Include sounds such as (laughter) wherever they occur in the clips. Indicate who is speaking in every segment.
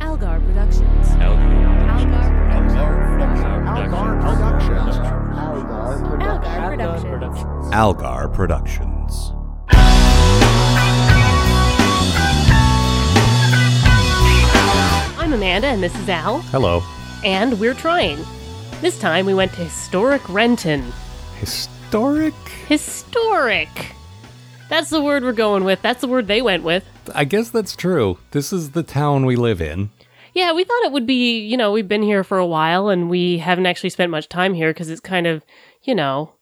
Speaker 1: Algar Productions. Algar
Speaker 2: Algar Productions. Algar
Speaker 1: Algar Productions.
Speaker 3: Algar Productions.
Speaker 4: I'm Amanda and this is Al,
Speaker 3: Hello.
Speaker 4: and we're trying. This time we went to historic Renton.
Speaker 3: Historic?
Speaker 4: Historic! That's the word we're going with. That's the word they went with.
Speaker 3: I guess that's true. This is the town we live in.
Speaker 4: Yeah, we thought it would be, you know, we've been here for a while and we haven't actually spent much time here because it's kind of, you know,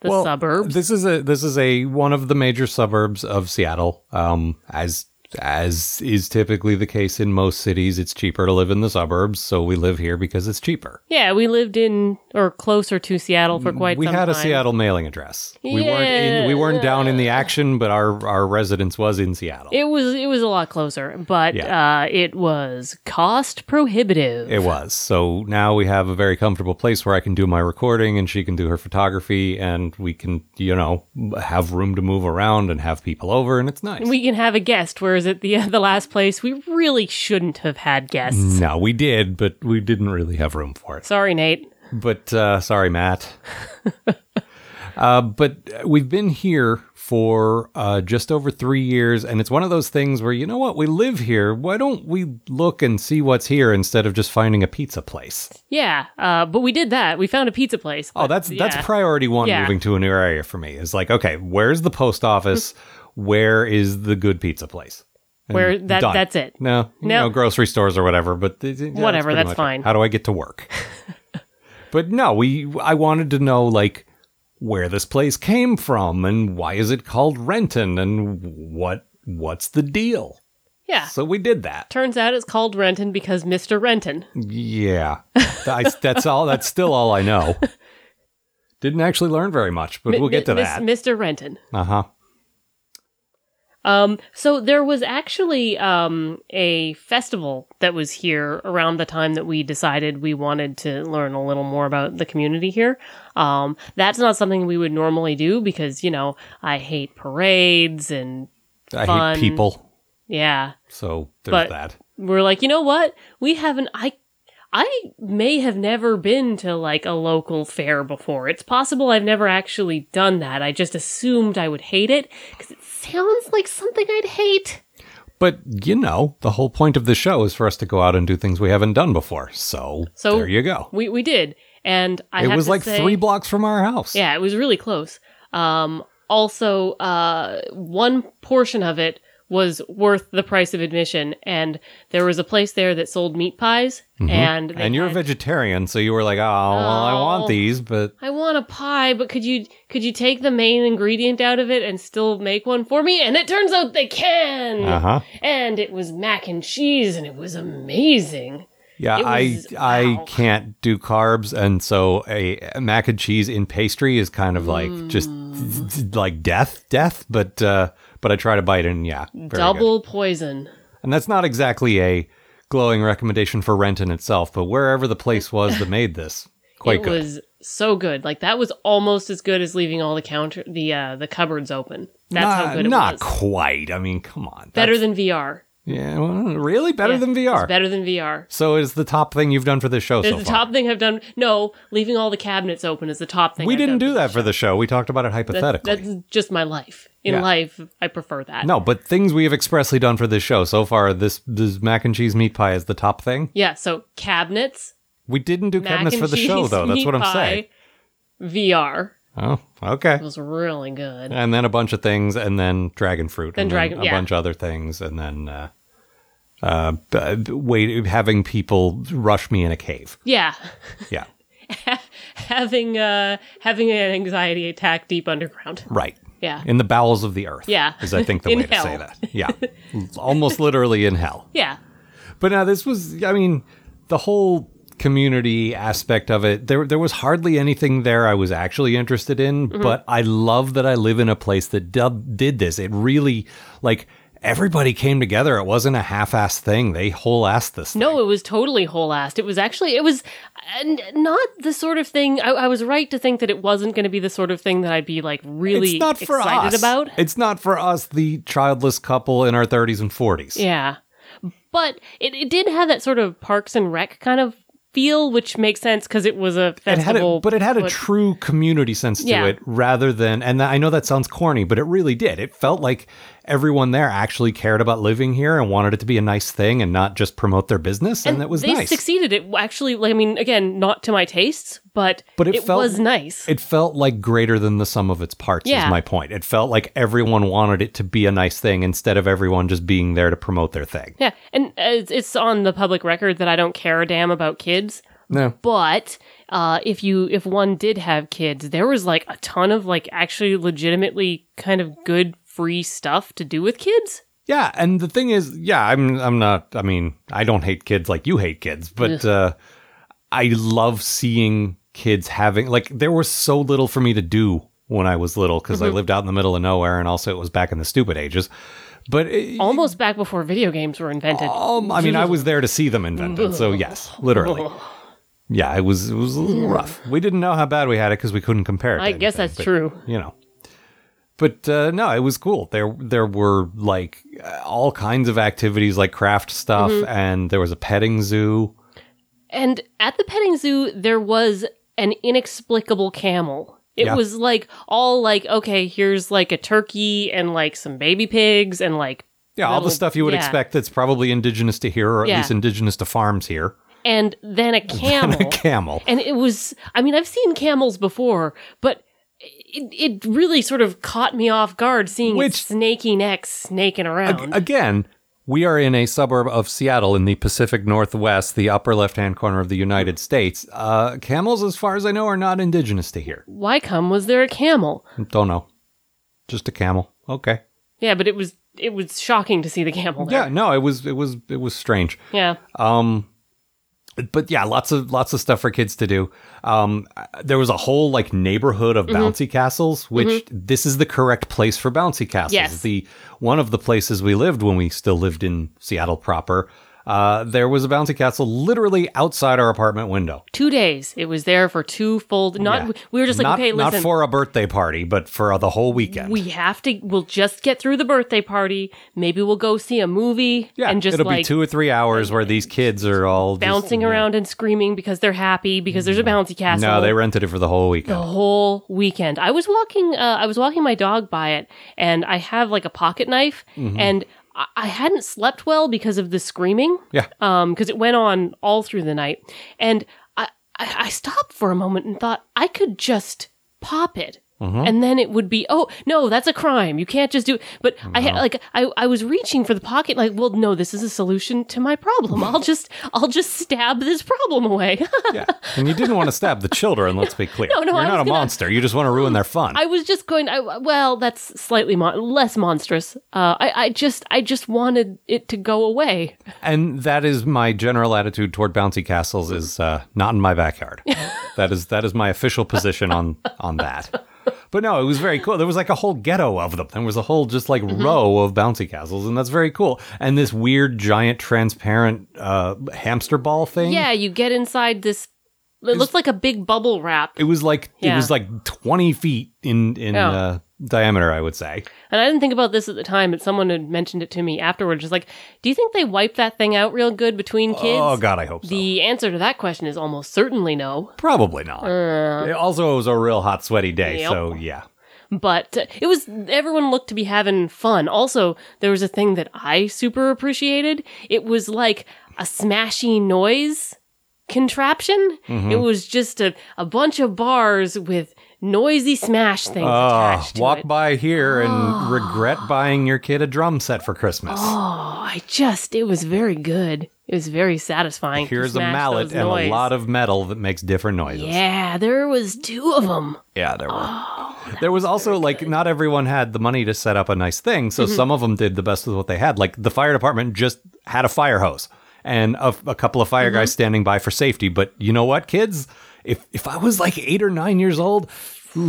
Speaker 4: the
Speaker 3: Well,
Speaker 4: suburbs.
Speaker 3: This is a this is a one of the major suburbs of Seattle. Um as as is typically the case in most cities, it's cheaper to live in the suburbs, so we live here because it's cheaper.
Speaker 4: yeah, we lived in or closer to Seattle for quite
Speaker 3: Mm, we
Speaker 4: some
Speaker 3: had a
Speaker 4: time.
Speaker 3: Seattle mailing address. We weren't in, we weren't down in the action, but our our residence was in Seattle.
Speaker 4: It was it was a lot closer, but uh, it was cost prohibitive.
Speaker 3: It was. So now we have a very comfortable place where I can do my recording and she can do her photography and we can, you know, have room to move around and have people over and it's nice.
Speaker 4: we can have a guest, whereas at the (laughs) the last place we really shouldn't have had guests.
Speaker 3: no, we did, but we didn't really have room for it.
Speaker 4: Sorry, Nate.
Speaker 3: But uh, sorry, Matt. uh, but we've been here for uh, just over three years, and it's one of those things where, you know what, we live here. Why don't we look and see what's here instead of just finding a pizza place?
Speaker 4: Yeah, uh, but we did that. We found a pizza place.
Speaker 3: Oh, that's that's priority one.
Speaker 4: Yeah.
Speaker 3: Moving to a new area for me is like, okay, where's the post
Speaker 4: (laughs)
Speaker 3: office? where is the good pizza place? And
Speaker 4: Where- that-
Speaker 3: done.
Speaker 4: that's it.
Speaker 3: No, no,
Speaker 4: No.
Speaker 3: grocery stores or whatever. But th- th- yeah,
Speaker 4: Whatever,
Speaker 3: pretty
Speaker 4: that's
Speaker 3: much it.
Speaker 4: fine.
Speaker 3: How do I get
Speaker 4: (laughs)
Speaker 3: to work? but no, we. I wanted to know like where this place came from and why is it called Renton and what what's the deal?
Speaker 4: yeah.
Speaker 3: So we did that.
Speaker 4: Turns out it's called Renton because Mr. Renton.
Speaker 3: Yeah, I, that's all. That's still all
Speaker 4: (laughs)
Speaker 3: I know. Didn't actually learn very much, but
Speaker 4: Mi-
Speaker 3: we'll get to
Speaker 4: mi-
Speaker 3: that.
Speaker 4: Mr. Renton.
Speaker 3: Uh huh.
Speaker 4: Um, so there was actually um, a festival that was here around the time that we decided we wanted to learn a little more about the community here. Um, that's not something we would normally do because you know I hate parades and
Speaker 3: I
Speaker 4: Fun.
Speaker 3: hate people,
Speaker 4: yeah,
Speaker 3: so there's
Speaker 4: But-
Speaker 3: that.
Speaker 4: we're like you know what we haven't I. I may have never been to like a local fair before. It's possible I've never actually done that. I just assumed I would hate it because it sounds like something I'd hate.
Speaker 3: But you know, the whole point of the show is for us to go out and do things we haven't done before. So,
Speaker 4: So
Speaker 3: there you go.
Speaker 4: We we did, and I
Speaker 3: It
Speaker 4: have
Speaker 3: was
Speaker 4: to
Speaker 3: like
Speaker 4: say-
Speaker 3: three blocks from our house.
Speaker 4: Yeah, it was really close. Um, also, uh, one portion of it was worth the price of admission, and there was a place there that sold meat pies, and they
Speaker 3: Mm-hmm. and you're a
Speaker 4: had-
Speaker 3: vegetarian, so you were like, "Oh, well, I want
Speaker 4: Oh.
Speaker 3: these," but
Speaker 4: I want a pie, but could you could you take the main ingredient out of it and still make one for me? And it turns out they can.
Speaker 3: uh huh.
Speaker 4: And it was mac and cheese, and it was amazing.
Speaker 3: Yeah,
Speaker 4: It
Speaker 3: I
Speaker 4: was-
Speaker 3: I
Speaker 4: wow.
Speaker 3: can't do carbs, and so a a mac and cheese in pastry is kind of like just
Speaker 4: Mm.
Speaker 3: like death, death. But uh, but I try to bite, and yeah, very good.
Speaker 4: Double poison.
Speaker 3: And that's not exactly a glowing recommendation for Renton itself, but wherever the place was that
Speaker 4: (laughs)
Speaker 3: made this, quite
Speaker 4: it
Speaker 3: good.
Speaker 4: was so good. Like that was almost as good as leaving all the counter the uh the cupboards open. That's
Speaker 3: not,
Speaker 4: how good it
Speaker 3: not
Speaker 4: was.
Speaker 3: quite. I mean, come on.
Speaker 4: better
Speaker 3: That's-
Speaker 4: than VR.
Speaker 3: yeah, well, really better
Speaker 4: Yeah,
Speaker 3: than
Speaker 4: It's
Speaker 3: VR.
Speaker 4: better than VR.
Speaker 3: so is the top thing you've done for this show
Speaker 4: It's
Speaker 3: so
Speaker 4: the
Speaker 3: far.
Speaker 4: top thing I've done. No, leaving all the cabinets open is the top thing.
Speaker 3: we
Speaker 4: I've
Speaker 3: didn't
Speaker 4: done.
Speaker 3: do that for the show. We talked about it
Speaker 4: That's,
Speaker 3: hypothetically.
Speaker 4: that's just my life. In
Speaker 3: Yeah.
Speaker 4: life, I prefer that.
Speaker 3: no, but things we have expressly done for this show so far. This this mac and cheese meat pie is the top thing.
Speaker 4: Yeah. So cabinets,
Speaker 3: We didn't do
Speaker 4: mac
Speaker 3: cabinets
Speaker 4: and
Speaker 3: for the
Speaker 4: cheese,
Speaker 3: show though. That's
Speaker 4: meat
Speaker 3: what I'm
Speaker 4: pie,
Speaker 3: saying.
Speaker 4: VR
Speaker 3: Oh, okay.
Speaker 4: It was really good.
Speaker 3: and then a bunch of things, and then dragon fruit,
Speaker 4: Then
Speaker 3: and
Speaker 4: dragon-
Speaker 3: a
Speaker 4: yeah.
Speaker 3: bunch of other things, and then uh, uh, b- b- wait, having people rush me in a cave.
Speaker 4: yeah. (laughs)
Speaker 3: Yeah,
Speaker 4: having uh having an anxiety attack deep underground.
Speaker 3: right.
Speaker 4: Yeah.
Speaker 3: In the bowels of the earth.
Speaker 4: Yeah.
Speaker 3: is I think the
Speaker 4: (laughs) In
Speaker 3: way to say
Speaker 4: hell.
Speaker 3: that. Yeah, almost literally in hell.
Speaker 4: Yeah.
Speaker 3: But now this was, I mean, the whole community aspect of it. There, there was hardly anything there I was actually interested in.
Speaker 4: Mm-hmm.
Speaker 3: But I love that I live in a place that dub, did this. It really, like, everybody came together. It wasn't a half-assed thing. They whole-assed this. thing.
Speaker 4: No, it was totally whole assed. It was actually, it was uh, n- not the sort of thing. I, I was right to think that it wasn't going to be the sort of thing that I'd be like really
Speaker 3: it's not for
Speaker 4: excited
Speaker 3: us.
Speaker 4: about.
Speaker 3: It's not for us, the childless couple in our 30s and 40s.
Speaker 4: Yeah. But it, it did have that sort of Parks and Rec kind of feel, which makes sense because it was a
Speaker 3: It had
Speaker 4: festival.
Speaker 3: a, but it had a
Speaker 4: but-
Speaker 3: true community sense to
Speaker 4: Yeah.
Speaker 3: it rather than and I know that sounds corny but it really did it felt like everyone there actually cared about living here and wanted it to be a nice thing and not just promote their business and, that was
Speaker 4: they
Speaker 3: nice
Speaker 4: succeeded. It actually, like, I mean, again, not to my tastes, but
Speaker 3: But it felt-
Speaker 4: was nice.
Speaker 3: it felt like greater than the sum of its parts
Speaker 4: Yeah.
Speaker 3: is my point it felt like everyone wanted it to be a nice thing instead of everyone just being there to promote their thing
Speaker 4: yeah, and uh, it's it's on the public record that I don't care a damn about kids.
Speaker 3: no
Speaker 4: But uh, if you if one did have kids, there was like a ton of like actually legitimately kind of good free stuff to do with kids.
Speaker 3: Yeah, and the thing is, yeah, I'm I'm not I mean, I don't hate kids like you hate kids, but uh I love seeing kids having like there was so little for me to do when I was little because I
Speaker 4: Mm-hmm.
Speaker 3: lived out in the middle of nowhere and also it was back in the stupid ages. But it,
Speaker 4: Almost back before video games were invented.
Speaker 3: um, I mean, I was there to see them invented, so yes, literally. Yeah, it was it was a little rough. We didn't know how bad we had it because we couldn't compare. It
Speaker 4: (laughs)
Speaker 3: to
Speaker 4: I guess
Speaker 3: anything,
Speaker 4: that's
Speaker 3: but-
Speaker 4: true.
Speaker 3: you know. But uh, no, it was cool. There there were like uh, all kinds of activities, like craft stuff,
Speaker 4: Mm-hmm.
Speaker 3: and there was a petting zoo.
Speaker 4: And at the petting zoo, there was an inexplicable camel. It
Speaker 3: Yeah.
Speaker 4: was like all like, okay, here's like a turkey and like some baby pigs and like
Speaker 3: Yeah, all the
Speaker 4: Little-
Speaker 3: stuff you would
Speaker 4: yeah.
Speaker 3: expect that's probably indigenous to here, or at
Speaker 4: Yeah.
Speaker 3: least indigenous to farms here. (laughs)
Speaker 4: and then a
Speaker 3: And
Speaker 4: camel.
Speaker 3: a camel.
Speaker 4: and it was I mean, I've seen camels before, but it, it really sort of caught me off guard seeing
Speaker 3: Which-
Speaker 4: its snaky neck snaking around.
Speaker 3: Again, we are in a suburb of Seattle in the Pacific Northwest, the upper left hand corner of the United States. Uh, camels, as far as I know, are not indigenous to here.
Speaker 4: Why come was there a camel?
Speaker 3: Don't know. Just a camel. Okay.
Speaker 4: Yeah, but it was it was shocking to see the camel there.
Speaker 3: Yeah, no, it was it was it was strange.
Speaker 4: Yeah.
Speaker 3: Um, but yeah, lots of lots of stuff for kids to do. Um, uh, there was a whole like neighborhood
Speaker 4: Mm-hmm.
Speaker 3: of bouncy castles, which this is the correct place for bouncy castles.
Speaker 4: Yes.
Speaker 3: The one of the places we lived when we still lived in Seattle proper. Uh, there was a bouncy castle literally outside our apartment window.
Speaker 4: Two days. It was there for two full. Not
Speaker 3: Yeah.
Speaker 4: we were just like
Speaker 3: not,
Speaker 4: okay,
Speaker 3: not
Speaker 4: listen.
Speaker 3: for a birthday party, but for the whole weekend.
Speaker 4: we have to. We'll just get through the birthday party. Maybe we'll go see a movie
Speaker 3: yeah,
Speaker 4: and just
Speaker 3: it'll
Speaker 4: like
Speaker 3: be two or three hours where these kids are all just-
Speaker 4: bouncing
Speaker 3: yeah. Mm-hmm.
Speaker 4: around and screaming because they're happy because there's a bouncy castle.
Speaker 3: No, they rented it for the whole weekend.
Speaker 4: the whole weekend. I was walking. Uh, I was walking my dog by it, and I have like a pocket knife,
Speaker 3: Mm-hmm.
Speaker 4: and I, I hadn't slept well because of the screaming.
Speaker 3: Yeah.
Speaker 4: um, because it went on all through the night, and I, I I stopped for a moment and thought I could just pop it. And then it would be, oh no, that's a crime. You can't just do. But I had like I, I was reaching for the pocket, like, well, no, this is a solution to my problem. I'll just I'll just stab this problem away. (laughs)
Speaker 3: Yeah. And you didn't want to stab the children, let's be clear.
Speaker 4: No, no,
Speaker 3: You're
Speaker 4: I
Speaker 3: not
Speaker 4: was
Speaker 3: a
Speaker 4: gonna- Oh,
Speaker 3: monster. You just want to ruin their fun.
Speaker 4: I was just going. I, well, that's slightly mon- less monstrous. Uh, I, I just, I just wanted it to go away.
Speaker 3: and that is my general attitude toward bouncy castles is uh, not in
Speaker 4: (laughs)
Speaker 3: my backyard. that is that is my official position on on that. But no, it was very cool. There was like a whole ghetto of them. There was a whole just like
Speaker 4: Mm-hmm.
Speaker 3: row of bouncy castles, and that's very cool. And this weird giant transparent uh, hamster ball thing.
Speaker 4: Yeah, you get inside this. It looks like a big bubble wrap,
Speaker 3: It was like it
Speaker 4: Yeah. Oh.
Speaker 3: was like twenty feet in in
Speaker 4: Yeah.
Speaker 3: uh, diameter, I would say.
Speaker 4: and I didn't think about this at the time, but someone had mentioned it to me afterwards. Just like, do you think they wipe that thing out real good between kids?
Speaker 3: Oh God, I hope so.
Speaker 4: The answer to that question is almost certainly no. Uh,
Speaker 3: Probably not. It also, it was a real hot, sweaty day,
Speaker 4: Yep.
Speaker 3: so yeah.
Speaker 4: but uh, it was everyone looked to be having fun. Also, there was a thing that I super appreciated. It was like a smashy noise contraption.
Speaker 3: Mm-hmm.
Speaker 4: It was just a, a bunch of bars with noisy smash things
Speaker 3: Uh,
Speaker 4: attached to
Speaker 3: walk
Speaker 4: it. Ah.
Speaker 3: by here and regret buying your kid a drum set for Christmas.
Speaker 4: Oh, I just it was very good. It was very satisfying. to
Speaker 3: Here's a
Speaker 4: smash
Speaker 3: mallet
Speaker 4: those
Speaker 3: and a
Speaker 4: noise.
Speaker 3: lot of metal that makes different noises.
Speaker 4: yeah, Oh, there was two of them.
Speaker 3: Yeah, there were. there was also like not everyone had the money to set up a nice thing,
Speaker 4: Mm-hmm.
Speaker 3: so some of them did the best with what they had. Like the fire department just had a fire hose and a, a couple of fire
Speaker 4: Mm-hmm.
Speaker 3: guys standing by for safety. But you know what, kids? If if I was like eight or nine years old,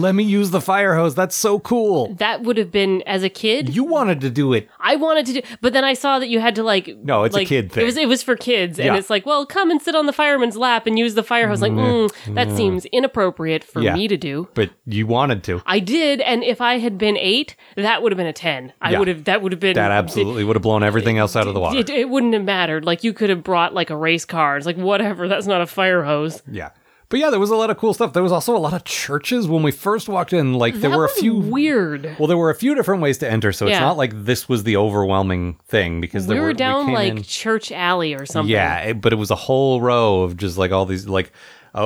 Speaker 3: let me use the fire hose. That's so cool.
Speaker 4: That would have been as a kid.
Speaker 3: You wanted to do it.
Speaker 4: I wanted to do, but then I saw that you had to like.
Speaker 3: No, it's a
Speaker 4: like-
Speaker 3: kid
Speaker 4: It
Speaker 3: thing.
Speaker 4: was it was for kids,
Speaker 3: Yeah.
Speaker 4: and it's like, well, come and sit on the fireman's lap and use the fire hose. Like, mm, that seems inappropriate for
Speaker 3: Yeah.
Speaker 4: me to do.
Speaker 3: But you wanted to.
Speaker 4: I did, and if I had been eight, that would have been a ten. I
Speaker 3: Yeah.
Speaker 4: would have. That would have been
Speaker 3: That absolutely would have blown everything else out of the water.
Speaker 4: It, it wouldn't have mattered. Like you could have brought like a race car. It's like whatever. That's not a fire hose.
Speaker 3: Yeah. But yeah, there was a lot of cool stuff. There was also a lot of churches when we first walked in. Like there
Speaker 4: that
Speaker 3: were a
Speaker 4: was
Speaker 3: few
Speaker 4: weird.
Speaker 3: Well, there were a few different ways to enter, so it's
Speaker 4: Yeah.
Speaker 3: not like this was the overwhelming thing because there
Speaker 4: we
Speaker 3: were
Speaker 4: were down
Speaker 3: came
Speaker 4: like
Speaker 3: in-
Speaker 4: Church Alley or something.
Speaker 3: yeah, it- but it was a whole row of just like all these like.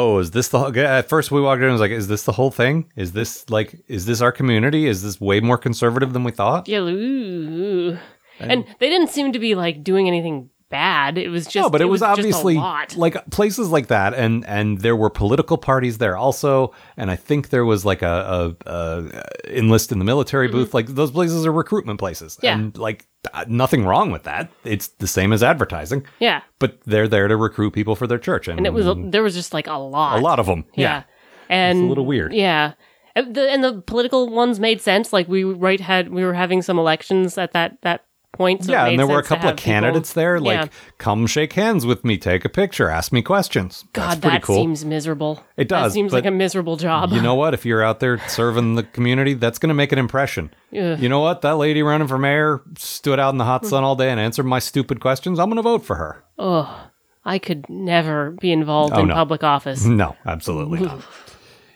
Speaker 3: Oh, is this the whole? At first, we walked in and was like, "Is this the whole thing? Is this like, is this our community? Is this way more conservative than we thought?"
Speaker 4: Yeah. ooh. And they didn't seem to be like doing anything bad. It was just.
Speaker 3: no, but it, was,
Speaker 4: just a
Speaker 3: obviously
Speaker 4: lot.
Speaker 3: like places like that, and and there were political parties there also, and I think there was like a, a, a enlist in the military booth. Like those places are recruitment places,
Speaker 4: Mm-hmm. Yeah.
Speaker 3: and like uh, nothing wrong with that. It's the same as advertising,
Speaker 4: yeah,
Speaker 3: but they're there to recruit people for their church, and,
Speaker 4: and it was there was just like a lot.
Speaker 3: Mm. a lot of them.
Speaker 4: Yeah, and
Speaker 3: It's a little weird.
Speaker 4: Yeah. And the, and the political ones made sense. Like we right had we were having some elections at that that point. So it
Speaker 3: yeah,
Speaker 4: made
Speaker 3: and there were a
Speaker 4: sense to
Speaker 3: couple
Speaker 4: have
Speaker 3: of candidates
Speaker 4: people-
Speaker 3: there, like
Speaker 4: Yeah.
Speaker 3: "Come shake hands with me, take a picture, ask me questions." That's
Speaker 4: God,
Speaker 3: pretty
Speaker 4: that
Speaker 3: cool.
Speaker 4: seems miserable. That
Speaker 3: It does,
Speaker 4: seems
Speaker 3: but-
Speaker 4: like a miserable job.
Speaker 3: you know what? If you're out there serving the community, that's going to make an impression. You know what? That lady running for mayor stood out in the hot sun all day and answered my stupid questions. I'm going to vote for her.
Speaker 4: Ugh. (laughs) I could never be involved
Speaker 3: Oh,
Speaker 4: in
Speaker 3: no.
Speaker 4: public office.
Speaker 3: No, absolutely
Speaker 4: (laughs)
Speaker 3: not.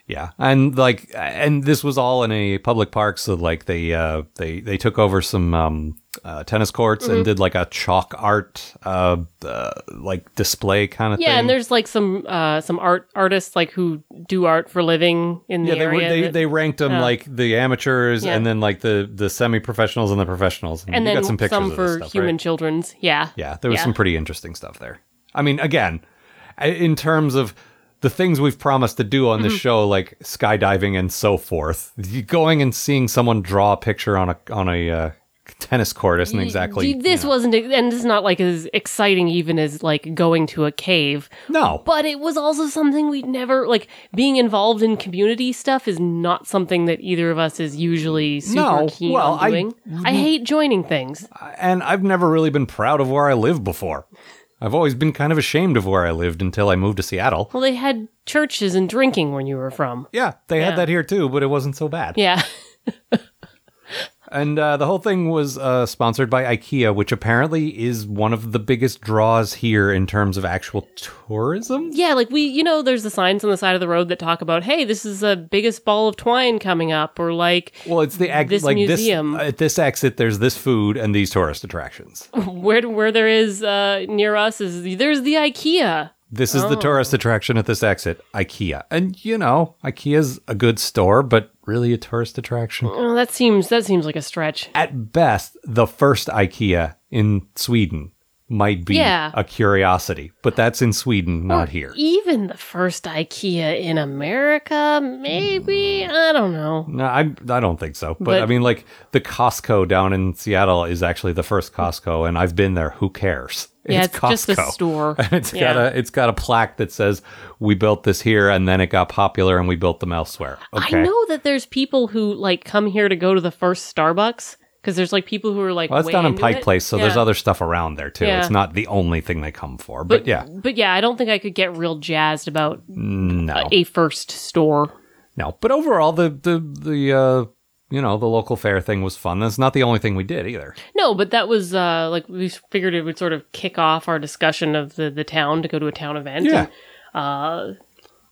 Speaker 3: Yeah, and like, and this was all in a public park, so like they uh, they they took over some um, uh, tennis courts
Speaker 4: Mm-hmm.
Speaker 3: and did like a chalk art uh, uh, like display kind of
Speaker 4: Yeah,
Speaker 3: thing.
Speaker 4: and there's like some uh some art artists like who do art for living in the
Speaker 3: yeah, they, were-
Speaker 4: area.
Speaker 3: they
Speaker 4: that- Oh.
Speaker 3: they ranked them like the amateurs
Speaker 4: Yeah.
Speaker 3: and then like the the semi professionals and the professionals, and,
Speaker 4: and
Speaker 3: you
Speaker 4: then
Speaker 3: got some pictures of this
Speaker 4: for
Speaker 3: stuff, right?
Speaker 4: human children's. Yeah.
Speaker 3: Yeah, there was
Speaker 4: Yeah.
Speaker 3: some pretty interesting stuff there. I mean, again, I- in terms of the things we've promised to do on this
Speaker 4: Mm-hmm.
Speaker 3: show, like skydiving and so forth, you- going and seeing someone draw a picture on a on a uh, tennis court isn't exactly
Speaker 4: Dude, this
Speaker 3: you know-
Speaker 4: wasn't, and this is not like as exciting even as like going to a cave.
Speaker 3: no.
Speaker 4: But it was also something we'd never like. Being involved in community stuff is not something that either of us is usually super
Speaker 3: No,
Speaker 4: keen
Speaker 3: well, I-
Speaker 4: on doing. I, hate joining things.
Speaker 3: and I've never really been proud of where I live before. I've always been kind of ashamed of where I lived until I moved to Seattle.
Speaker 4: Well, they had churches and drinking when you were from.
Speaker 3: Yeah, they
Speaker 4: Yeah.
Speaker 3: had that here too, but it wasn't so bad.
Speaker 4: Yeah,
Speaker 3: And uh, the whole thing was uh, sponsored by IKEA, which apparently is one of the biggest draws here in terms of actual tourism.
Speaker 4: yeah. Like we, you know, there's the signs on the side of the road that talk about, "Hey, this is the biggest ball of twine coming up," or like, (laughs)
Speaker 3: Well, it's the ex-
Speaker 4: This
Speaker 3: like
Speaker 4: museum.
Speaker 3: this uh, at this exit. There's this food and these tourist attractions.
Speaker 4: where where there is uh, near us is there's the IKEA.
Speaker 3: This is
Speaker 4: Oh.
Speaker 3: the tourist attraction at this exit, IKEA. And you know, IKEA's a good store, but really a tourist attraction.
Speaker 4: Oh, that seems that seems like a stretch.
Speaker 3: At best, the first IKEA in Sweden might be
Speaker 4: Yeah.
Speaker 3: a curiosity, but that's in Sweden, not here.
Speaker 4: Even the first IKEA in America, maybe I don't know.
Speaker 3: No, I I don't think so. But,
Speaker 4: But-
Speaker 3: I mean, like the Costco down in Seattle is actually the first Costco, and I've been there. Who cares?
Speaker 4: (laughs) Yeah, it's, just a
Speaker 3: Costco. (laughs)
Speaker 4: store.
Speaker 3: It's
Speaker 4: Yeah.
Speaker 3: got a it's got a plaque that says we built this here, and then it got popular, and we built them elsewhere. Okay,
Speaker 4: I know that there's people who like come here to go to the first Starbucks because there's like people who are like.
Speaker 3: well, that's
Speaker 4: way
Speaker 3: down in
Speaker 4: into
Speaker 3: Pike
Speaker 4: it.
Speaker 3: Place, so there's
Speaker 4: Yeah.
Speaker 3: other stuff around there too.
Speaker 4: Yeah.
Speaker 3: It's not the only thing they come for, but, yeah,
Speaker 4: But yeah, I don't think I could get real jazzed about
Speaker 3: no,
Speaker 4: a first store.
Speaker 3: no. But overall, the the the uh, you know the local fair thing was fun. That's not the only thing we did either.
Speaker 4: No, but that was uh, like we figured it would sort of kick off our discussion of the, the town to go to a town event.
Speaker 3: Yeah.
Speaker 4: And, uh,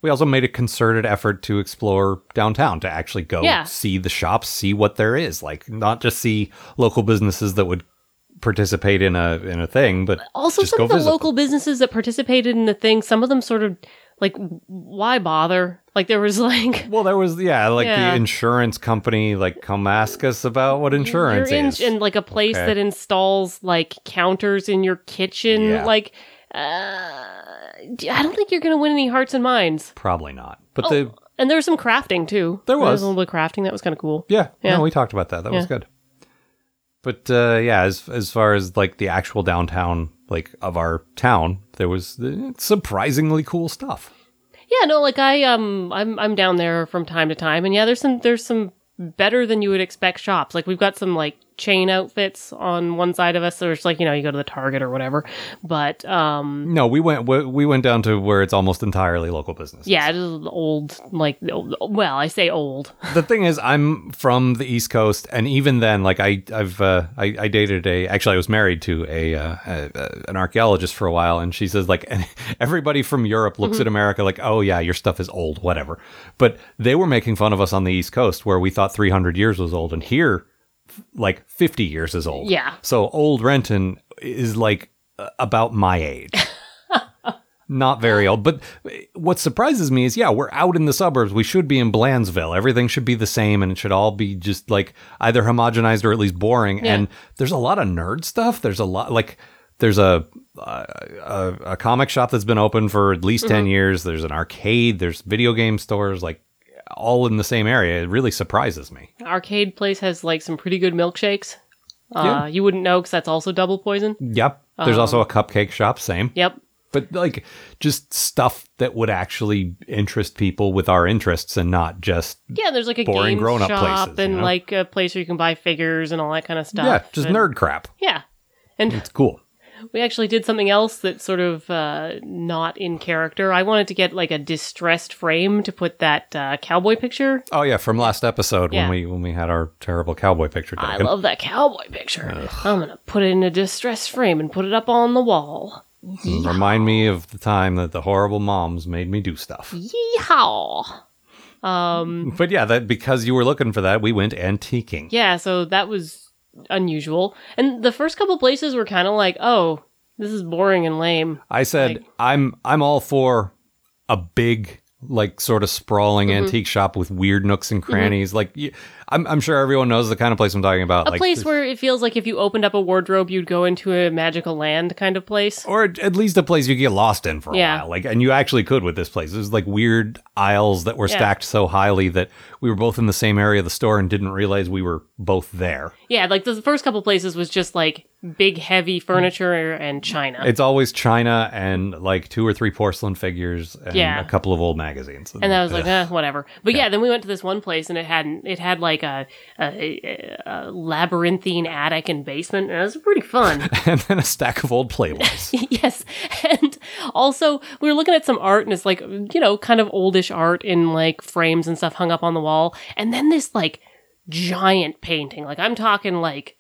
Speaker 3: We also made a concerted effort to explore downtown to actually go
Speaker 4: Yeah.
Speaker 3: see the shops, see what there is, like not just see local businesses that would participate in a in a thing, but
Speaker 4: also
Speaker 3: just
Speaker 4: some
Speaker 3: go
Speaker 4: of the
Speaker 3: visit
Speaker 4: local businesses that participated in the thing some of them sort of like w- why bother like there was (laughs) like
Speaker 3: them. Well, there was yeah, like
Speaker 4: Yeah.
Speaker 3: the insurance company, like come ask us about what insurance
Speaker 4: you're in,
Speaker 3: is.
Speaker 4: in like a place
Speaker 3: Okay.
Speaker 4: that installs like counters in your kitchen
Speaker 3: Yeah.
Speaker 4: like uh, d- i don't think you're gonna win any hearts and minds
Speaker 3: Probably not,
Speaker 4: Oh.
Speaker 3: but the
Speaker 4: and there was some crafting too
Speaker 3: There was.
Speaker 4: a little bit of crafting that was kind of cool
Speaker 3: Yeah,
Speaker 4: Yeah.
Speaker 3: No, we talked about that. That was
Speaker 4: Yeah.
Speaker 3: good. But uh, yeah, as as far as like the actual downtown, like of our town, there was uh, surprisingly eh, cool stuff.
Speaker 4: Yeah, no, like I um I'm I'm down there from time to time and yeah, there's some there's some better than you would expect shops. Like we've got some like chain outfits on one side of us, so it's like, you know, you go to the Target or whatever. But um
Speaker 3: No, we went we we went down to where it's almost entirely local business.
Speaker 4: yeah, it is old like old- well, I say old.
Speaker 3: The thing is, I'm from the East Coast, and even then, like I, I've, uh, I, I dated a. Actually, I was married to a, uh, a, a an archaeologist for a while, and (laughs) she says like everybody from Europe
Speaker 4: Mm-hmm.
Speaker 3: looks at America like, oh yeah, your stuff is old, whatever. But they were making fun of us on the East Coast where we thought 300 years was old, and here, f- like 50 years is old.
Speaker 4: Yeah.
Speaker 3: So old Renton is like uh, about my age. Not very old. But eh, what surprises me is, yeah, we're out in the suburbs. We should be in Blandsville. Everything should be the same and it should all be just like either homogenized or at least boring.
Speaker 4: Yeah.
Speaker 3: And there's a lot of nerd stuff. There's a lot, like, there's a, a, a, a comic shop that's been open for at least 10 years. There's an arcade. There's video game stores, like, all in the same area. It really surprises me.
Speaker 4: Arcade place has like some pretty good milkshakes. Uh, you wouldn't know because that's also double poison.
Speaker 3: Yep. There's also a cupcake shop, same.
Speaker 4: Yep.
Speaker 3: but like just stuff that would actually interest people with our interests and not just
Speaker 4: Yeah, there's like a game
Speaker 3: Boring grown-up
Speaker 4: shop
Speaker 3: places, you
Speaker 4: and
Speaker 3: know?
Speaker 4: like a place where you can buy figures and all that kind of stuff.
Speaker 3: yeah just
Speaker 4: And-
Speaker 3: nerd crap
Speaker 4: Yeah. And
Speaker 3: it's cool
Speaker 4: we actually did something else that's sort of uh, not in character. I wanted to get like a distressed frame to put that uh, cowboy picture.
Speaker 3: oh yeah from last episode
Speaker 4: Yeah.
Speaker 3: when we when we had our terrible cowboy picture
Speaker 4: I
Speaker 3: taken
Speaker 4: love that cowboy picture. I'm gonna put it in a distressed frame and put it up on the wall.
Speaker 3: Mm, remind me of the time that the horrible moms made me do stuff
Speaker 4: Yeehaw! Um,
Speaker 3: (laughs) but yeah that because you were looking for that we went antiquing
Speaker 4: Mm-hmm. Yeah, so that was unusual. And the first couple places were kind of like, oh, this is boring and lame.
Speaker 3: I said I'm I'm all for a big like sort of sprawling
Speaker 4: Mm-hmm.
Speaker 3: antique shop with weird nooks and crannies Like you I'm I'm sure everyone knows the kind of place I'm talking about
Speaker 4: A
Speaker 3: like
Speaker 4: place
Speaker 3: there's-
Speaker 4: where it feels like if you opened up a wardrobe, you'd go into a magical land kind of place.
Speaker 3: or at least a place you get lost in for a
Speaker 4: Yeah.
Speaker 3: while. Like, and you actually could with this place. It was like weird aisles that were
Speaker 4: Yeah.
Speaker 3: stacked so highly that we were both in the same area of the store and didn't realize we were both there.
Speaker 4: Yeah, like the first couple places was just like big, heavy furniture and china.
Speaker 3: It's always China and like two or three porcelain figures and
Speaker 4: Yeah.
Speaker 3: a couple of old magazines.
Speaker 4: and I was like,
Speaker 3: Ugh.
Speaker 4: eh, whatever. But yeah. then we went to this one place and it had it had like a, a, a labyrinthine attic and basement, and it was pretty fun.
Speaker 3: (laughs)
Speaker 4: (laughs)
Speaker 3: and then a stack of old Playboys.
Speaker 4: yes, and also we were looking at some art, and it's like you know, kind of oldish art in like frames and stuff hung up on the wall, and then this like giant painting. Like I'm talking like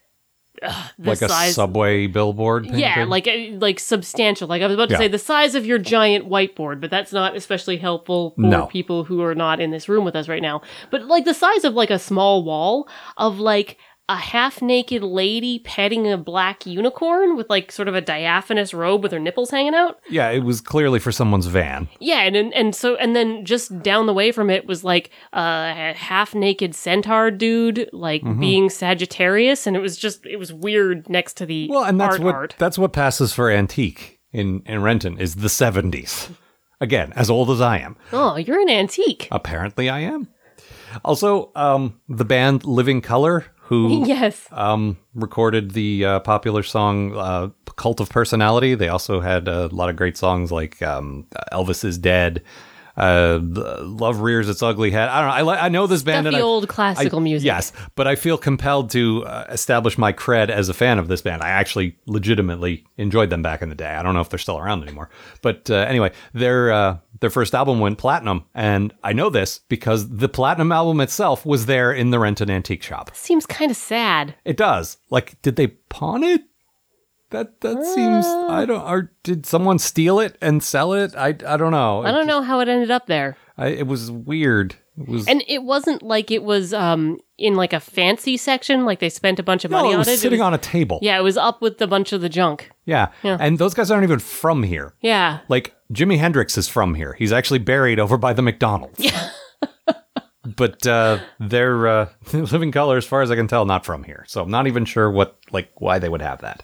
Speaker 4: ugh, (laughs) the
Speaker 3: like a
Speaker 4: size
Speaker 3: subway billboard.
Speaker 4: Yeah,
Speaker 3: painting.
Speaker 4: like uh, like substantial. Like I was about to
Speaker 3: Yeah.
Speaker 4: say the size of your giant whiteboard, but that's not especially helpful for
Speaker 3: No.
Speaker 4: people who are not in this room with us right now. But like the size of like a small wall of like a half-naked lady petting a black unicorn with like sort of a diaphanous robe with her nipples hanging out.
Speaker 3: yeah, it was clearly for someone's van.
Speaker 4: Yeah, and and, and so and then just down the way from it was like a half-naked centaur dude like
Speaker 3: Mm-hmm.
Speaker 4: being Sagittarius and it was just it was weird next to the
Speaker 3: Well, and that's
Speaker 4: art
Speaker 3: what
Speaker 4: art.
Speaker 3: that's what passes for antique in in Renton is the seventies. Again, as old as I am.
Speaker 4: Oh, you're an antique.
Speaker 3: Apparently, I am. Also, um, the band Living Color,
Speaker 4: (laughs)
Speaker 3: who
Speaker 4: Yes.
Speaker 3: um, recorded the uh, popular song uh, "Cult of Personality," they also had a lot of great songs like um, "Elvis Is Dead," uh, "Love Rears Its Ugly Head." I don't know. I, li- I know this band,
Speaker 4: Stuffy
Speaker 3: and I-
Speaker 4: old
Speaker 3: I-
Speaker 4: classical music.
Speaker 3: Yes, but I feel compelled to uh, establish my cred as a fan of this band. I actually legitimately enjoyed them back in the day. I don't know if they're still around anymore, but uh, anyway, their uh, their first album went platinum, and I know this because the platinum album itself was there in the Renton antique shop.
Speaker 4: Seems kind of sad.
Speaker 3: It does. Like, did they pawn it? That that seems. I don't. Or did someone steal it and sell it? I I don't know.
Speaker 4: I don't know how it ended up there.
Speaker 3: I, it was weird. It was.
Speaker 4: And it wasn't like it was um in like a fancy section, like they spent a bunch of
Speaker 3: no,
Speaker 4: money
Speaker 3: oh, it was
Speaker 4: on it.
Speaker 3: sitting
Speaker 4: was-
Speaker 3: on a table.
Speaker 4: yeah, it was up with a bunch of the junk.
Speaker 3: Yeah.
Speaker 4: Yeah.
Speaker 3: And those guys aren't even from here.
Speaker 4: Yeah.
Speaker 3: Like Jimi Hendrix is from here. He's actually buried over by the McDonald's. Yeah. (laughs) but uh, they're uh, (laughs) living color, as far as I can tell, not from here. So I'm not even sure what like why they would have that.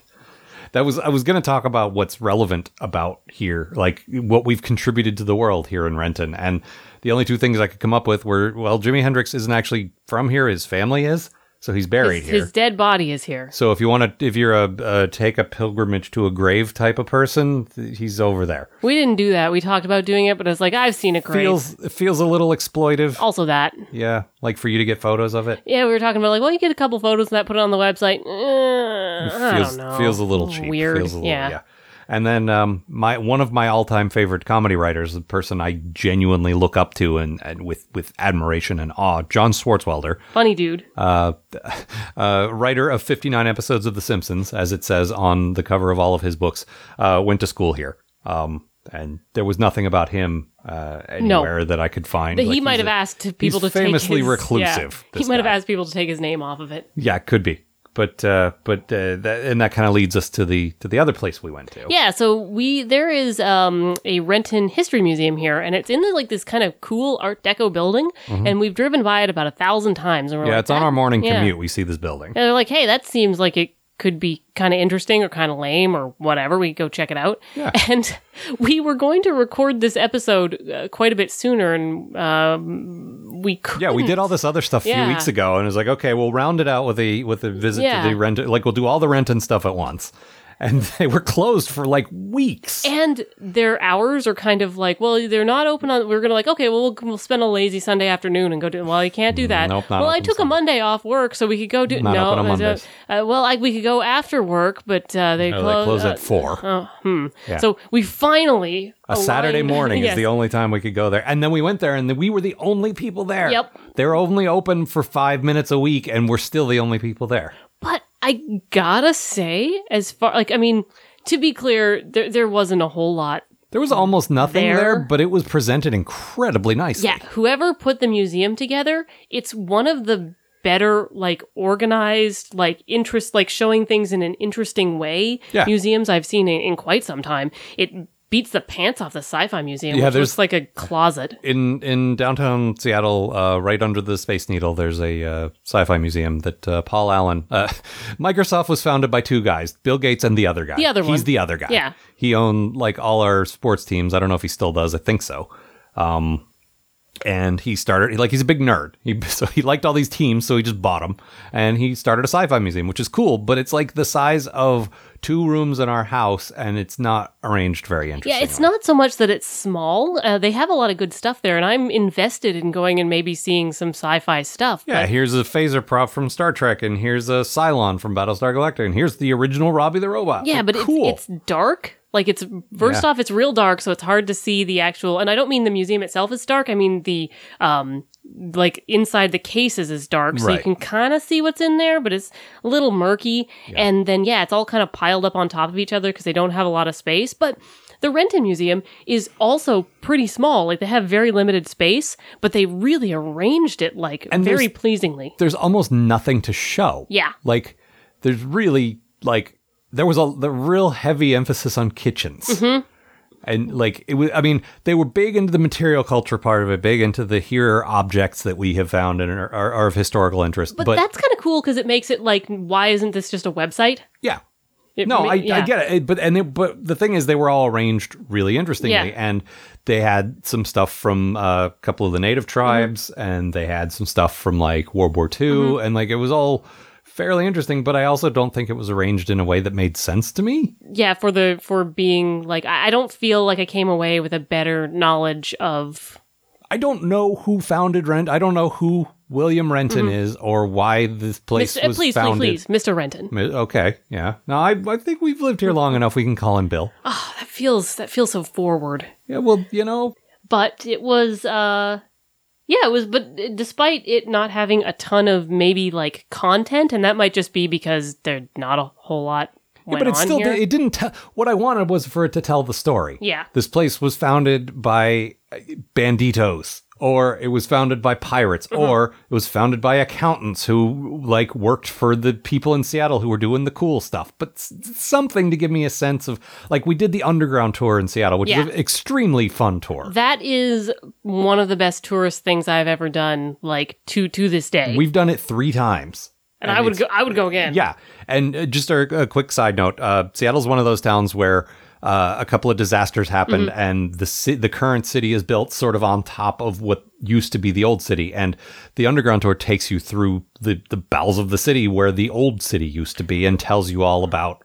Speaker 3: That was I was going to talk about what's relevant about here, like what we've contributed to the world here in Renton, and the only two things I could come up with were well, Jimi Hendrix isn't actually from here; his family is. So he's buried
Speaker 4: his,
Speaker 3: here.
Speaker 4: his dead body is here.
Speaker 3: so if you want to, if you're a, a take a pilgrimage to a grave type of person, th- he's over there.
Speaker 4: We didn't do that. We talked about doing it, but I was like, I've seen a grave.
Speaker 3: Feels it feels a little exploitive.
Speaker 4: also that.
Speaker 3: Yeah, like for you to get photos of it.
Speaker 4: Yeah, we were talking about like, well, you get a couple photos of that, put it on the website. Eh, I
Speaker 3: feels
Speaker 4: don't know.
Speaker 3: feels a little cheap.
Speaker 4: Weird.
Speaker 3: Feels a little,
Speaker 4: yeah.
Speaker 3: And then um, my one of my all time favorite comedy writers, the person I genuinely look up to and, and with with admiration and awe, John Swartzwelder,
Speaker 4: Funny dude.
Speaker 3: uh, (laughs) uh, writer of 59 episodes of The Simpsons, as it says on the cover of all of his books, uh, went to school here. Um, and there was nothing about him uh, anywhere that I could find.
Speaker 4: That
Speaker 3: Like,
Speaker 4: he
Speaker 3: he's
Speaker 4: might have
Speaker 3: a-
Speaker 4: asked people to take
Speaker 3: famously
Speaker 4: his-
Speaker 3: reclusive,
Speaker 4: Yeah, he
Speaker 3: this
Speaker 4: might have
Speaker 3: guy.
Speaker 4: asked people to take his name off of it.
Speaker 3: Yeah, could be. But uh, but uh, that, and that kind of leads us to the to the other place we went to.
Speaker 4: Yeah, so we there is um, a Renton History Museum here, and it's in the, like this kind of cool Art Deco building, and we've driven by it about a thousand times. And we're
Speaker 3: Mm-hmm. Yeah,
Speaker 4: like,
Speaker 3: it's on our morning
Speaker 4: yeah.
Speaker 3: commute. We see this building.
Speaker 4: And they're like, hey, that seems like it could be kind of interesting or kind of lame or whatever. We could go check it out.
Speaker 3: Yeah.
Speaker 4: (laughs) And we were going to record this episode uh, quite a bit sooner, and um, we could.
Speaker 3: Yeah, we did all this other stuff a
Speaker 4: Yeah.
Speaker 3: few weeks ago, and it was like, okay, we'll round it out with a with a visit
Speaker 4: Yeah.
Speaker 3: to the rent. Like we'll do all the rent and stuff at once, and (laughs) they were closed for like weeks.
Speaker 4: And their hours are kind of like, well, they're not open on. We're gonna like, okay, well, we'll, we'll spend a lazy Sunday afternoon and go do. Well, you can't do that.
Speaker 3: nope, not
Speaker 4: well, I
Speaker 3: open
Speaker 4: took a
Speaker 3: Sunday.
Speaker 4: Monday off work, so we could go do.
Speaker 3: Not
Speaker 4: no,
Speaker 3: open on
Speaker 4: uh,
Speaker 3: Mondays.
Speaker 4: Uh, well, like we could go after work, but uh, they
Speaker 3: No,
Speaker 4: close.
Speaker 3: Oh, they closed
Speaker 4: uh,
Speaker 3: at four.
Speaker 4: Oh, hmm.
Speaker 3: Yeah.
Speaker 4: So we finally
Speaker 3: a Saturday
Speaker 4: aligned-
Speaker 3: morning
Speaker 4: Oh, (laughs) Yes.
Speaker 3: is the only time we could go there, and then we went there, and we were the only people there.
Speaker 4: Yep.
Speaker 3: they're only open for five minutes a week, and we're still the only people there.
Speaker 4: But I gotta say, as far like I mean, to be clear, there there wasn't a whole lot.
Speaker 3: There was almost nothing there,
Speaker 4: There.
Speaker 3: but it was presented incredibly nicely.
Speaker 4: Yeah, whoever put the museum together, it's one of the better like organized like interest like showing things in an interesting way
Speaker 3: Yeah.
Speaker 4: museums I've seen in, in quite some time. It beats the pants off the sci-fi museum,
Speaker 3: Yeah,
Speaker 4: which
Speaker 3: there's-
Speaker 4: looks like a closet.
Speaker 3: in in downtown Seattle, uh, right under the Space Needle, there's a uh, sci-fi museum that uh, Paul Allen. Uh, (laughs) Microsoft was founded by two guys, Bill Gates and the other guy.
Speaker 4: The other
Speaker 3: He's
Speaker 4: one.
Speaker 3: the other guy.
Speaker 4: Yeah.
Speaker 3: He owned like all our sports teams. I don't know if he still does. I think so. Um, and he started like he's a big nerd. He (laughs) so he liked all these teams, so he just bought them, and he started a sci-fi museum, which is cool. But it's like the size of two rooms in our house, and it's not arranged very interesting.
Speaker 4: Yeah, it's not so much that it's small. Uh, they have a lot of good stuff there, and I'm invested in going and maybe seeing some sci-fi stuff.
Speaker 3: Yeah, here's a phaser prop from Star Trek, and here's a Cylon from Battlestar Galactica, and here's the original Robbie the Robot.
Speaker 4: Yeah,
Speaker 3: Like,
Speaker 4: but
Speaker 3: cool.
Speaker 4: it's, it's dark. Like it's first
Speaker 3: Yeah.
Speaker 4: off, it's real dark, so it's hard to see the actual. And I don't mean the museum itself is dark. I mean the um, like inside the cases is dark, so
Speaker 3: Right.
Speaker 4: you can kind of see what's in there, but it's a little murky. And then yeah, it's all kind of piled up on top of each other because they don't have a lot of space. But the Renton Museum is also pretty small. Like they have very limited space, but they really arranged it like
Speaker 3: And
Speaker 4: very
Speaker 3: there's-
Speaker 4: pleasingly.
Speaker 3: there's almost nothing to show.
Speaker 4: Yeah.
Speaker 3: like there's really like there was a the real heavy emphasis on kitchens.
Speaker 4: Mm-hmm.
Speaker 3: And like it was, I mean, they were big into the material culture part of it, big into the here are objects that we have found and are, are, are of historical interest.
Speaker 4: But, that's kind of cool because it makes it like, why isn't this just a website?
Speaker 3: yeah,
Speaker 4: It
Speaker 3: No,
Speaker 4: ma-
Speaker 3: I, I
Speaker 4: yeah.
Speaker 3: get it, It- but and it, but the thing is, they were all arranged really interestingly,
Speaker 4: Yeah.
Speaker 3: and they had some stuff from uh, a couple of the native
Speaker 4: Mm-hmm.
Speaker 3: tribes, and they had some stuff from like World War II,
Speaker 4: Mm-hmm.
Speaker 3: and like it was all fairly interesting. But I also don't think it was arranged in a way that made sense to me.
Speaker 4: yeah for the for being like i I don't feel like i came away with a better knowledge of
Speaker 3: I don't know who founded Rent. I don't know who William Renton is or why this
Speaker 4: Mr.
Speaker 3: place was
Speaker 4: Mm-hmm. uh, please
Speaker 3: founded.
Speaker 4: please please mr renton
Speaker 3: Mi- Okay, yeah. No, I, I think we've lived here long enough. We can call him Bill.
Speaker 4: oh, that feels that feels so forward
Speaker 3: Yeah, well, you know,
Speaker 4: but it was uh yeah it was but despite it not having a ton of maybe like content and that might just be because there not a whole lot
Speaker 3: Yeah,
Speaker 4: went
Speaker 3: but it
Speaker 4: on
Speaker 3: still
Speaker 4: here.
Speaker 3: did, it didn't tell what I wanted was for it to tell the story.
Speaker 4: Yeah.
Speaker 3: This place was founded by uh, banditos or it was founded by pirates
Speaker 4: Mm-hmm.
Speaker 3: or it was founded by accountants who like worked for the people in Seattle who were doing the cool stuff. But s- something to give me a sense of like we did the underground tour in Seattle, which is
Speaker 4: Yeah.
Speaker 3: an extremely fun tour.
Speaker 4: that is one of the best tourist things i've ever done like to to this day
Speaker 3: We've done it 3 times.
Speaker 4: and, i would go i would go again
Speaker 3: Yeah. And uh, just a, a quick side note uh, Seattle's one of those towns where uh, a couple of disasters happened,
Speaker 4: Mm-hmm.
Speaker 3: and the ci- the current city is built sort of on top of what used to be the old city. And the underground tour takes you through the the bowels of the city where the old city used to be, and tells you all about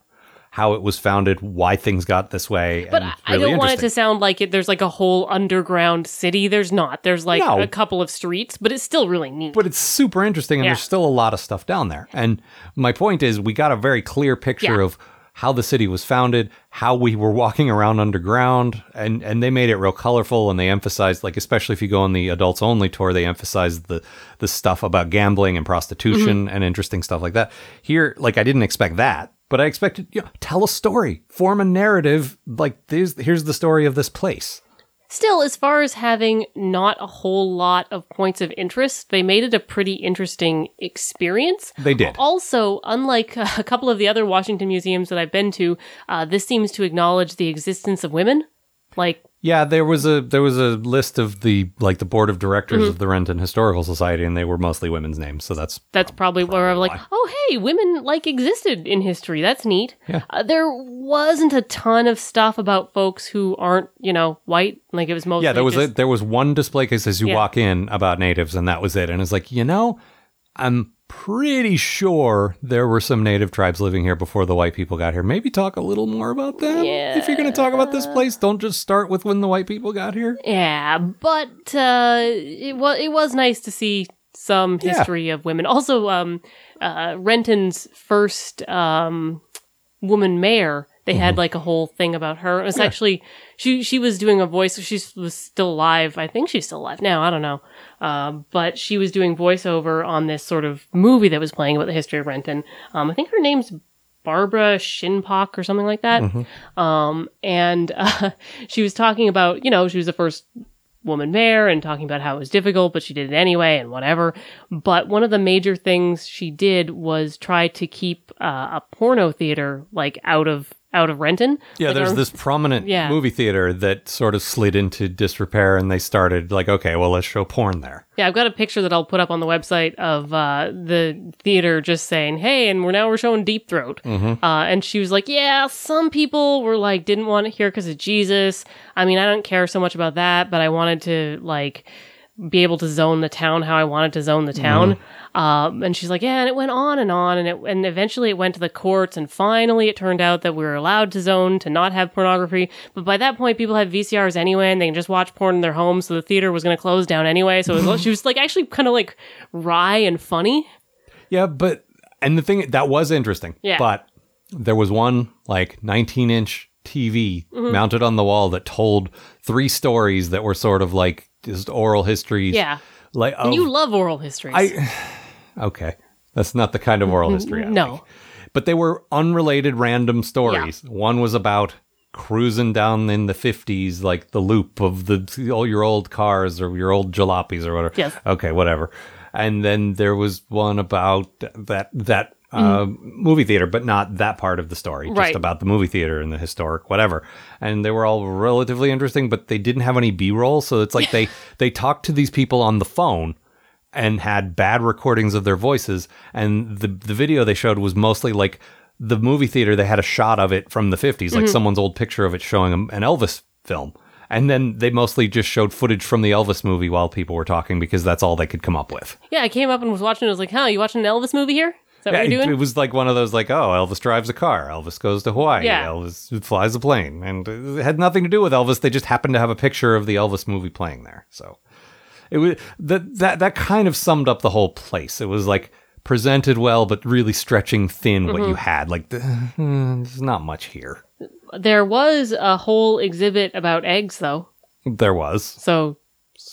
Speaker 3: how it was founded, why things got this way.
Speaker 4: But
Speaker 3: and
Speaker 4: I, I
Speaker 3: really
Speaker 4: don't want it
Speaker 3: interesting.
Speaker 4: to sound like it, there's like a whole underground city. There's not. There's like
Speaker 3: No.
Speaker 4: a couple of streets, but it's still really neat.
Speaker 3: but it's super interesting and
Speaker 4: Yeah.
Speaker 3: there's still a lot of stuff down there and my point is we got a very clear picture
Speaker 4: Yeah.
Speaker 3: of how the city was founded how we were walking around underground and and they made it real colorful and they emphasized like especially if you go on the adults only tour they emphasized the the stuff about gambling and prostitution
Speaker 4: Mm-hmm.
Speaker 3: and interesting stuff like that here like i didn't expect that but i expected you know, tell a story form a narrative like there's here's the story of this place
Speaker 4: still, as far as having not a whole lot of points of interest, they made it a pretty interesting experience.
Speaker 3: they did
Speaker 4: Also, unlike (laughs) a couple of the other Washington museums that I've been to, uh, this seems to acknowledge the existence of women. Like,
Speaker 3: Yeah, there was a there was a list of the like the board of directors
Speaker 4: Mm-hmm.
Speaker 3: of the Renton Historical Society, and they were mostly women's names. So that's
Speaker 4: that's probably where I'm like, oh, hey, women like existed in history. That's neat.
Speaker 3: Yeah.
Speaker 4: Uh, there wasn't a ton of stuff about folks who aren't, you know, white. Like it was mostly
Speaker 3: yeah. There was
Speaker 4: just-
Speaker 3: a, there was one display case as you
Speaker 4: Yeah.
Speaker 3: walk in about natives, and that was it. And it's like you know, I'm pretty sure there were some native tribes living here before the white people got here. Maybe talk a little more about them. If you're going to talk about this place, don't just start with when the white people got here.
Speaker 4: yeah, but uh, it was it was nice to see some
Speaker 3: Yeah.
Speaker 4: history of women. Also, um, uh, Renton's first um, woman mayor. They had like a whole thing about her. It was actually she she was doing a voice. She was still alive. I think she's still alive now. I don't know. Um, but she was doing voiceover on this sort of movie that was playing about the history of Renton. Um, I think her name's Barbara Shinpock or something like that.
Speaker 3: Mm-hmm.
Speaker 4: Um, and (laughs) uh, she was talking about you know she was the first woman mayor and talking about how it was difficult, but she did it anyway and whatever. But one of the major things she did was try to keep uh, a porno theater like out of out of Renton.
Speaker 3: Yeah,
Speaker 4: Like, um,
Speaker 3: there's
Speaker 4: I-
Speaker 3: this prominent
Speaker 4: Yeah.
Speaker 3: movie theater that sort of slid into disrepair, and they started like, okay, well, let's show porn there.
Speaker 4: Yeah, I've got a picture that I'll put up on the website of uh, the theater just saying, "Hey, and we're now we're showing Deep Throat," uh, and she was like, "Yeah, some people were like didn't want it here because of Jesus. I mean, I don't care so much about that, but I wanted to like." be able to zone the town how I wanted to zone the
Speaker 3: Mm-hmm.
Speaker 4: town. Um, and she's like, yeah, and it went on and on, and it and eventually it went to the courts, and finally it turned out that we were allowed to zone to not have pornography. But by that point, people have VCRs anyway, and they can just watch porn in their home, so the theater was going to close down anyway. So it was, she was like actually kind of like wry and funny.
Speaker 3: Yeah, but and the thing that was interesting.
Speaker 4: Yeah.
Speaker 3: But there was one like 19 inch TV
Speaker 4: Mm-hmm.
Speaker 3: mounted on the wall that told three stories that were sort of like just oral histories.
Speaker 4: Yeah,
Speaker 3: Like
Speaker 4: and
Speaker 3: oh,
Speaker 4: you love oral histories.
Speaker 3: I okay, that's not the kind of oral history. I like.
Speaker 4: no,
Speaker 3: But they were unrelated random stories. One was about cruising down in the 50s like the loop of the all your old cars or your old jalopies or whatever.
Speaker 4: Yes.
Speaker 3: Okay, whatever. And then there was one about that that uh, movie theater, but not that part of the story.
Speaker 4: Right.
Speaker 3: Just about the movie theater and the historic whatever. And they were all relatively interesting, but they didn't have any B-roll, so it's like they they talked to these people on the phone and had bad recordings of their voices. And the the video they showed was mostly like the movie theater. They had a shot of it from the 50s, like someone's old picture of it showing them an Elvis film. And then they mostly just showed footage from the Elvis movie while people were talking because that's all they could come up with.
Speaker 4: yeah, I came up and was watching. it. I was like, huh, you watching an Elvis movie here? Is that what
Speaker 3: it,
Speaker 4: you're doing?
Speaker 3: it was like one of those like, oh, Elvis drives a car, Elvis goes to Hawaii,
Speaker 4: Yeah.
Speaker 3: Elvis flies a plane, and it had nothing to do with Elvis. They just happened to have a picture of the Elvis movie playing there. So it was that that that kind of summed up the whole place. It was like presented well, but really stretching thin
Speaker 4: Mm-hmm.
Speaker 3: what you had. Like the, (laughs) hmm, there's not much here.
Speaker 4: there was a whole exhibit about eggs though,
Speaker 3: There was
Speaker 4: so.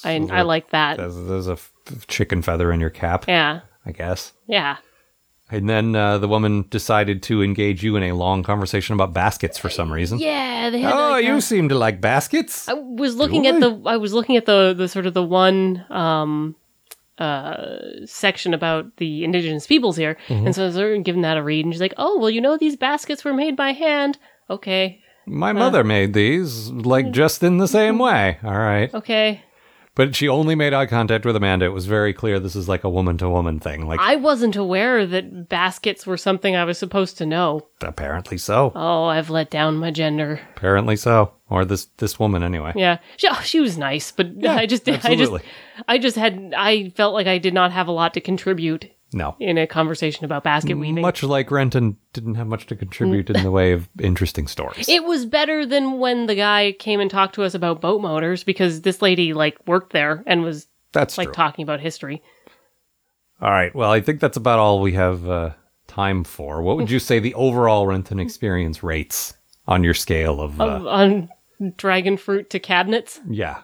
Speaker 4: I, I like that.
Speaker 3: there's, there's a f- chicken feather in your cap,
Speaker 4: Yeah.
Speaker 3: I guess.
Speaker 4: Yeah.
Speaker 3: And then uh, the woman decided to engage you in a long conversation about baskets for some reason.
Speaker 4: Yeah, they had
Speaker 3: Oh,
Speaker 4: like,
Speaker 3: you
Speaker 4: uh,
Speaker 3: seem to like baskets.
Speaker 4: I was looking at the I was looking at the the sort of the one um uh section about the indigenous peoples here. And so I was sort of giving that a read and she's like, "Oh, well, you know these baskets were made by hand." Okay. uh, Mm-hmm.
Speaker 3: My mother made these, like just in the same way. All right.
Speaker 4: Okay.
Speaker 3: But she only made eye contact with Amanda. It was very clear this is like a woman to woman thing. Like
Speaker 4: I wasn't aware that baskets were something I was supposed to know.
Speaker 3: apparently so.
Speaker 4: Oh, I've let down my gender.
Speaker 3: Apparently so. Or this this woman anyway.
Speaker 4: Yeah, she, oh, she was nice, but
Speaker 3: Yeah,
Speaker 4: I just,
Speaker 3: absolutely.
Speaker 4: I just, I just had, I felt like I did not have a lot to contribute
Speaker 3: No.
Speaker 4: in a conversation about basket weaving.
Speaker 3: Much like Renton didn't have much to contribute in the way of interesting stories.
Speaker 4: Mm. It was better than when the guy came and talked to us about boat motors because this lady like worked there and was
Speaker 3: That's
Speaker 4: like
Speaker 3: true.
Speaker 4: talking about history.
Speaker 3: all right. Well, I think that's about all we have uh, time for.
Speaker 4: Mm.
Speaker 3: What would you say the overall Renton experience rates on your scale of? Uh,
Speaker 4: on dragon fruit to cabinets.
Speaker 3: yeah.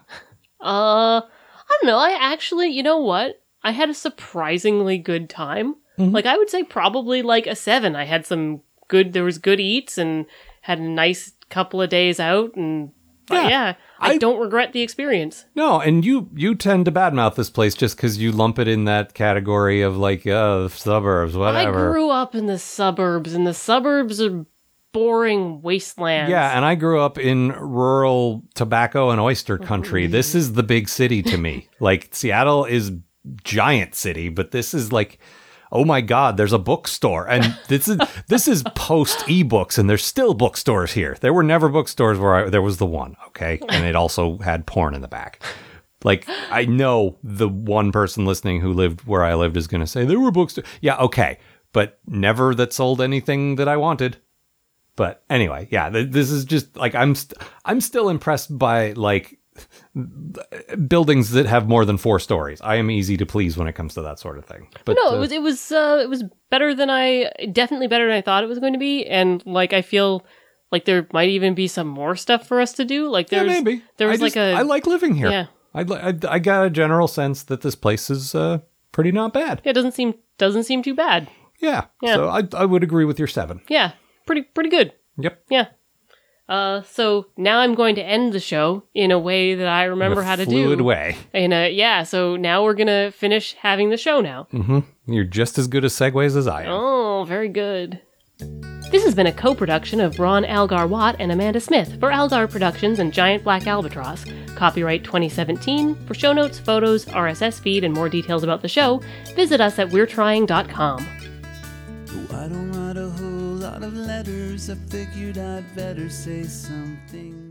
Speaker 4: Uh, I don't know. I actually, you know what? I had a surprisingly good time.
Speaker 3: Mm-hmm.
Speaker 4: Like I would say probably like a 7. I had some good there was good eats and had a nice couple of days out and but
Speaker 3: Yeah.
Speaker 4: yeah, I,
Speaker 3: I-
Speaker 4: don't regret the experience.
Speaker 3: No, and you you tend to badmouth this place just because you lump it in that category of like uh, suburbs, whatever.
Speaker 4: I grew up in the suburbs and the suburbs are boring wastelands.
Speaker 3: yeah, and I grew up in rural tobacco and oyster country. This is the big city to me. like Seattle is giant city, but this is like, oh my god, there's a bookstore, and this is this is post ebooks, and there's still bookstores here. There were never bookstores where I, there was the one, okay, and it also had porn in the back. Like I know the one person listening who lived where I lived is going to say there were books. Yeah, okay, but never that sold anything that I wanted. But anyway, yeah, th- this is just like I'm st- I'm still impressed by like buildings that have more than four stories. I am easy to please when it comes to that sort of thing. But
Speaker 4: No,
Speaker 3: uh,
Speaker 4: it was it was uh, it was better than I definitely better than I thought it was going to be, and like I feel like there might even be some more stuff for us to do. Like
Speaker 3: yeah,
Speaker 4: there's
Speaker 3: maybe
Speaker 4: there
Speaker 3: I
Speaker 4: was like
Speaker 3: just-
Speaker 4: a
Speaker 3: I like living here.
Speaker 4: yeah.
Speaker 3: I, li- I I got a general sense that this place is uh, pretty not bad.
Speaker 4: it doesn't seem doesn't seem too bad.
Speaker 3: Yeah.
Speaker 4: Yeah.
Speaker 3: So I I would agree with your seven.
Speaker 4: Yeah, pretty pretty good.
Speaker 3: Yep.
Speaker 4: Yeah. Uh, so now I'm going to end the show in a way that I remember
Speaker 3: In a
Speaker 4: how to
Speaker 3: fluid
Speaker 4: do.
Speaker 3: way.
Speaker 4: In a yeah. So now we're gonna finish having the show now.
Speaker 3: Mm-hmm. You're just as good at segues as I am.
Speaker 4: Oh, very good. This has been a co production of Ron Algar Watt and Amanda Smith for Algar Productions and Giant Black Albatross. Copyright 2017. For show notes, photos, RSS feed, and more details about the show, visit us at we'retrying.com.
Speaker 5: Though I don't write a whole lot of letters, I figured I'd better say something.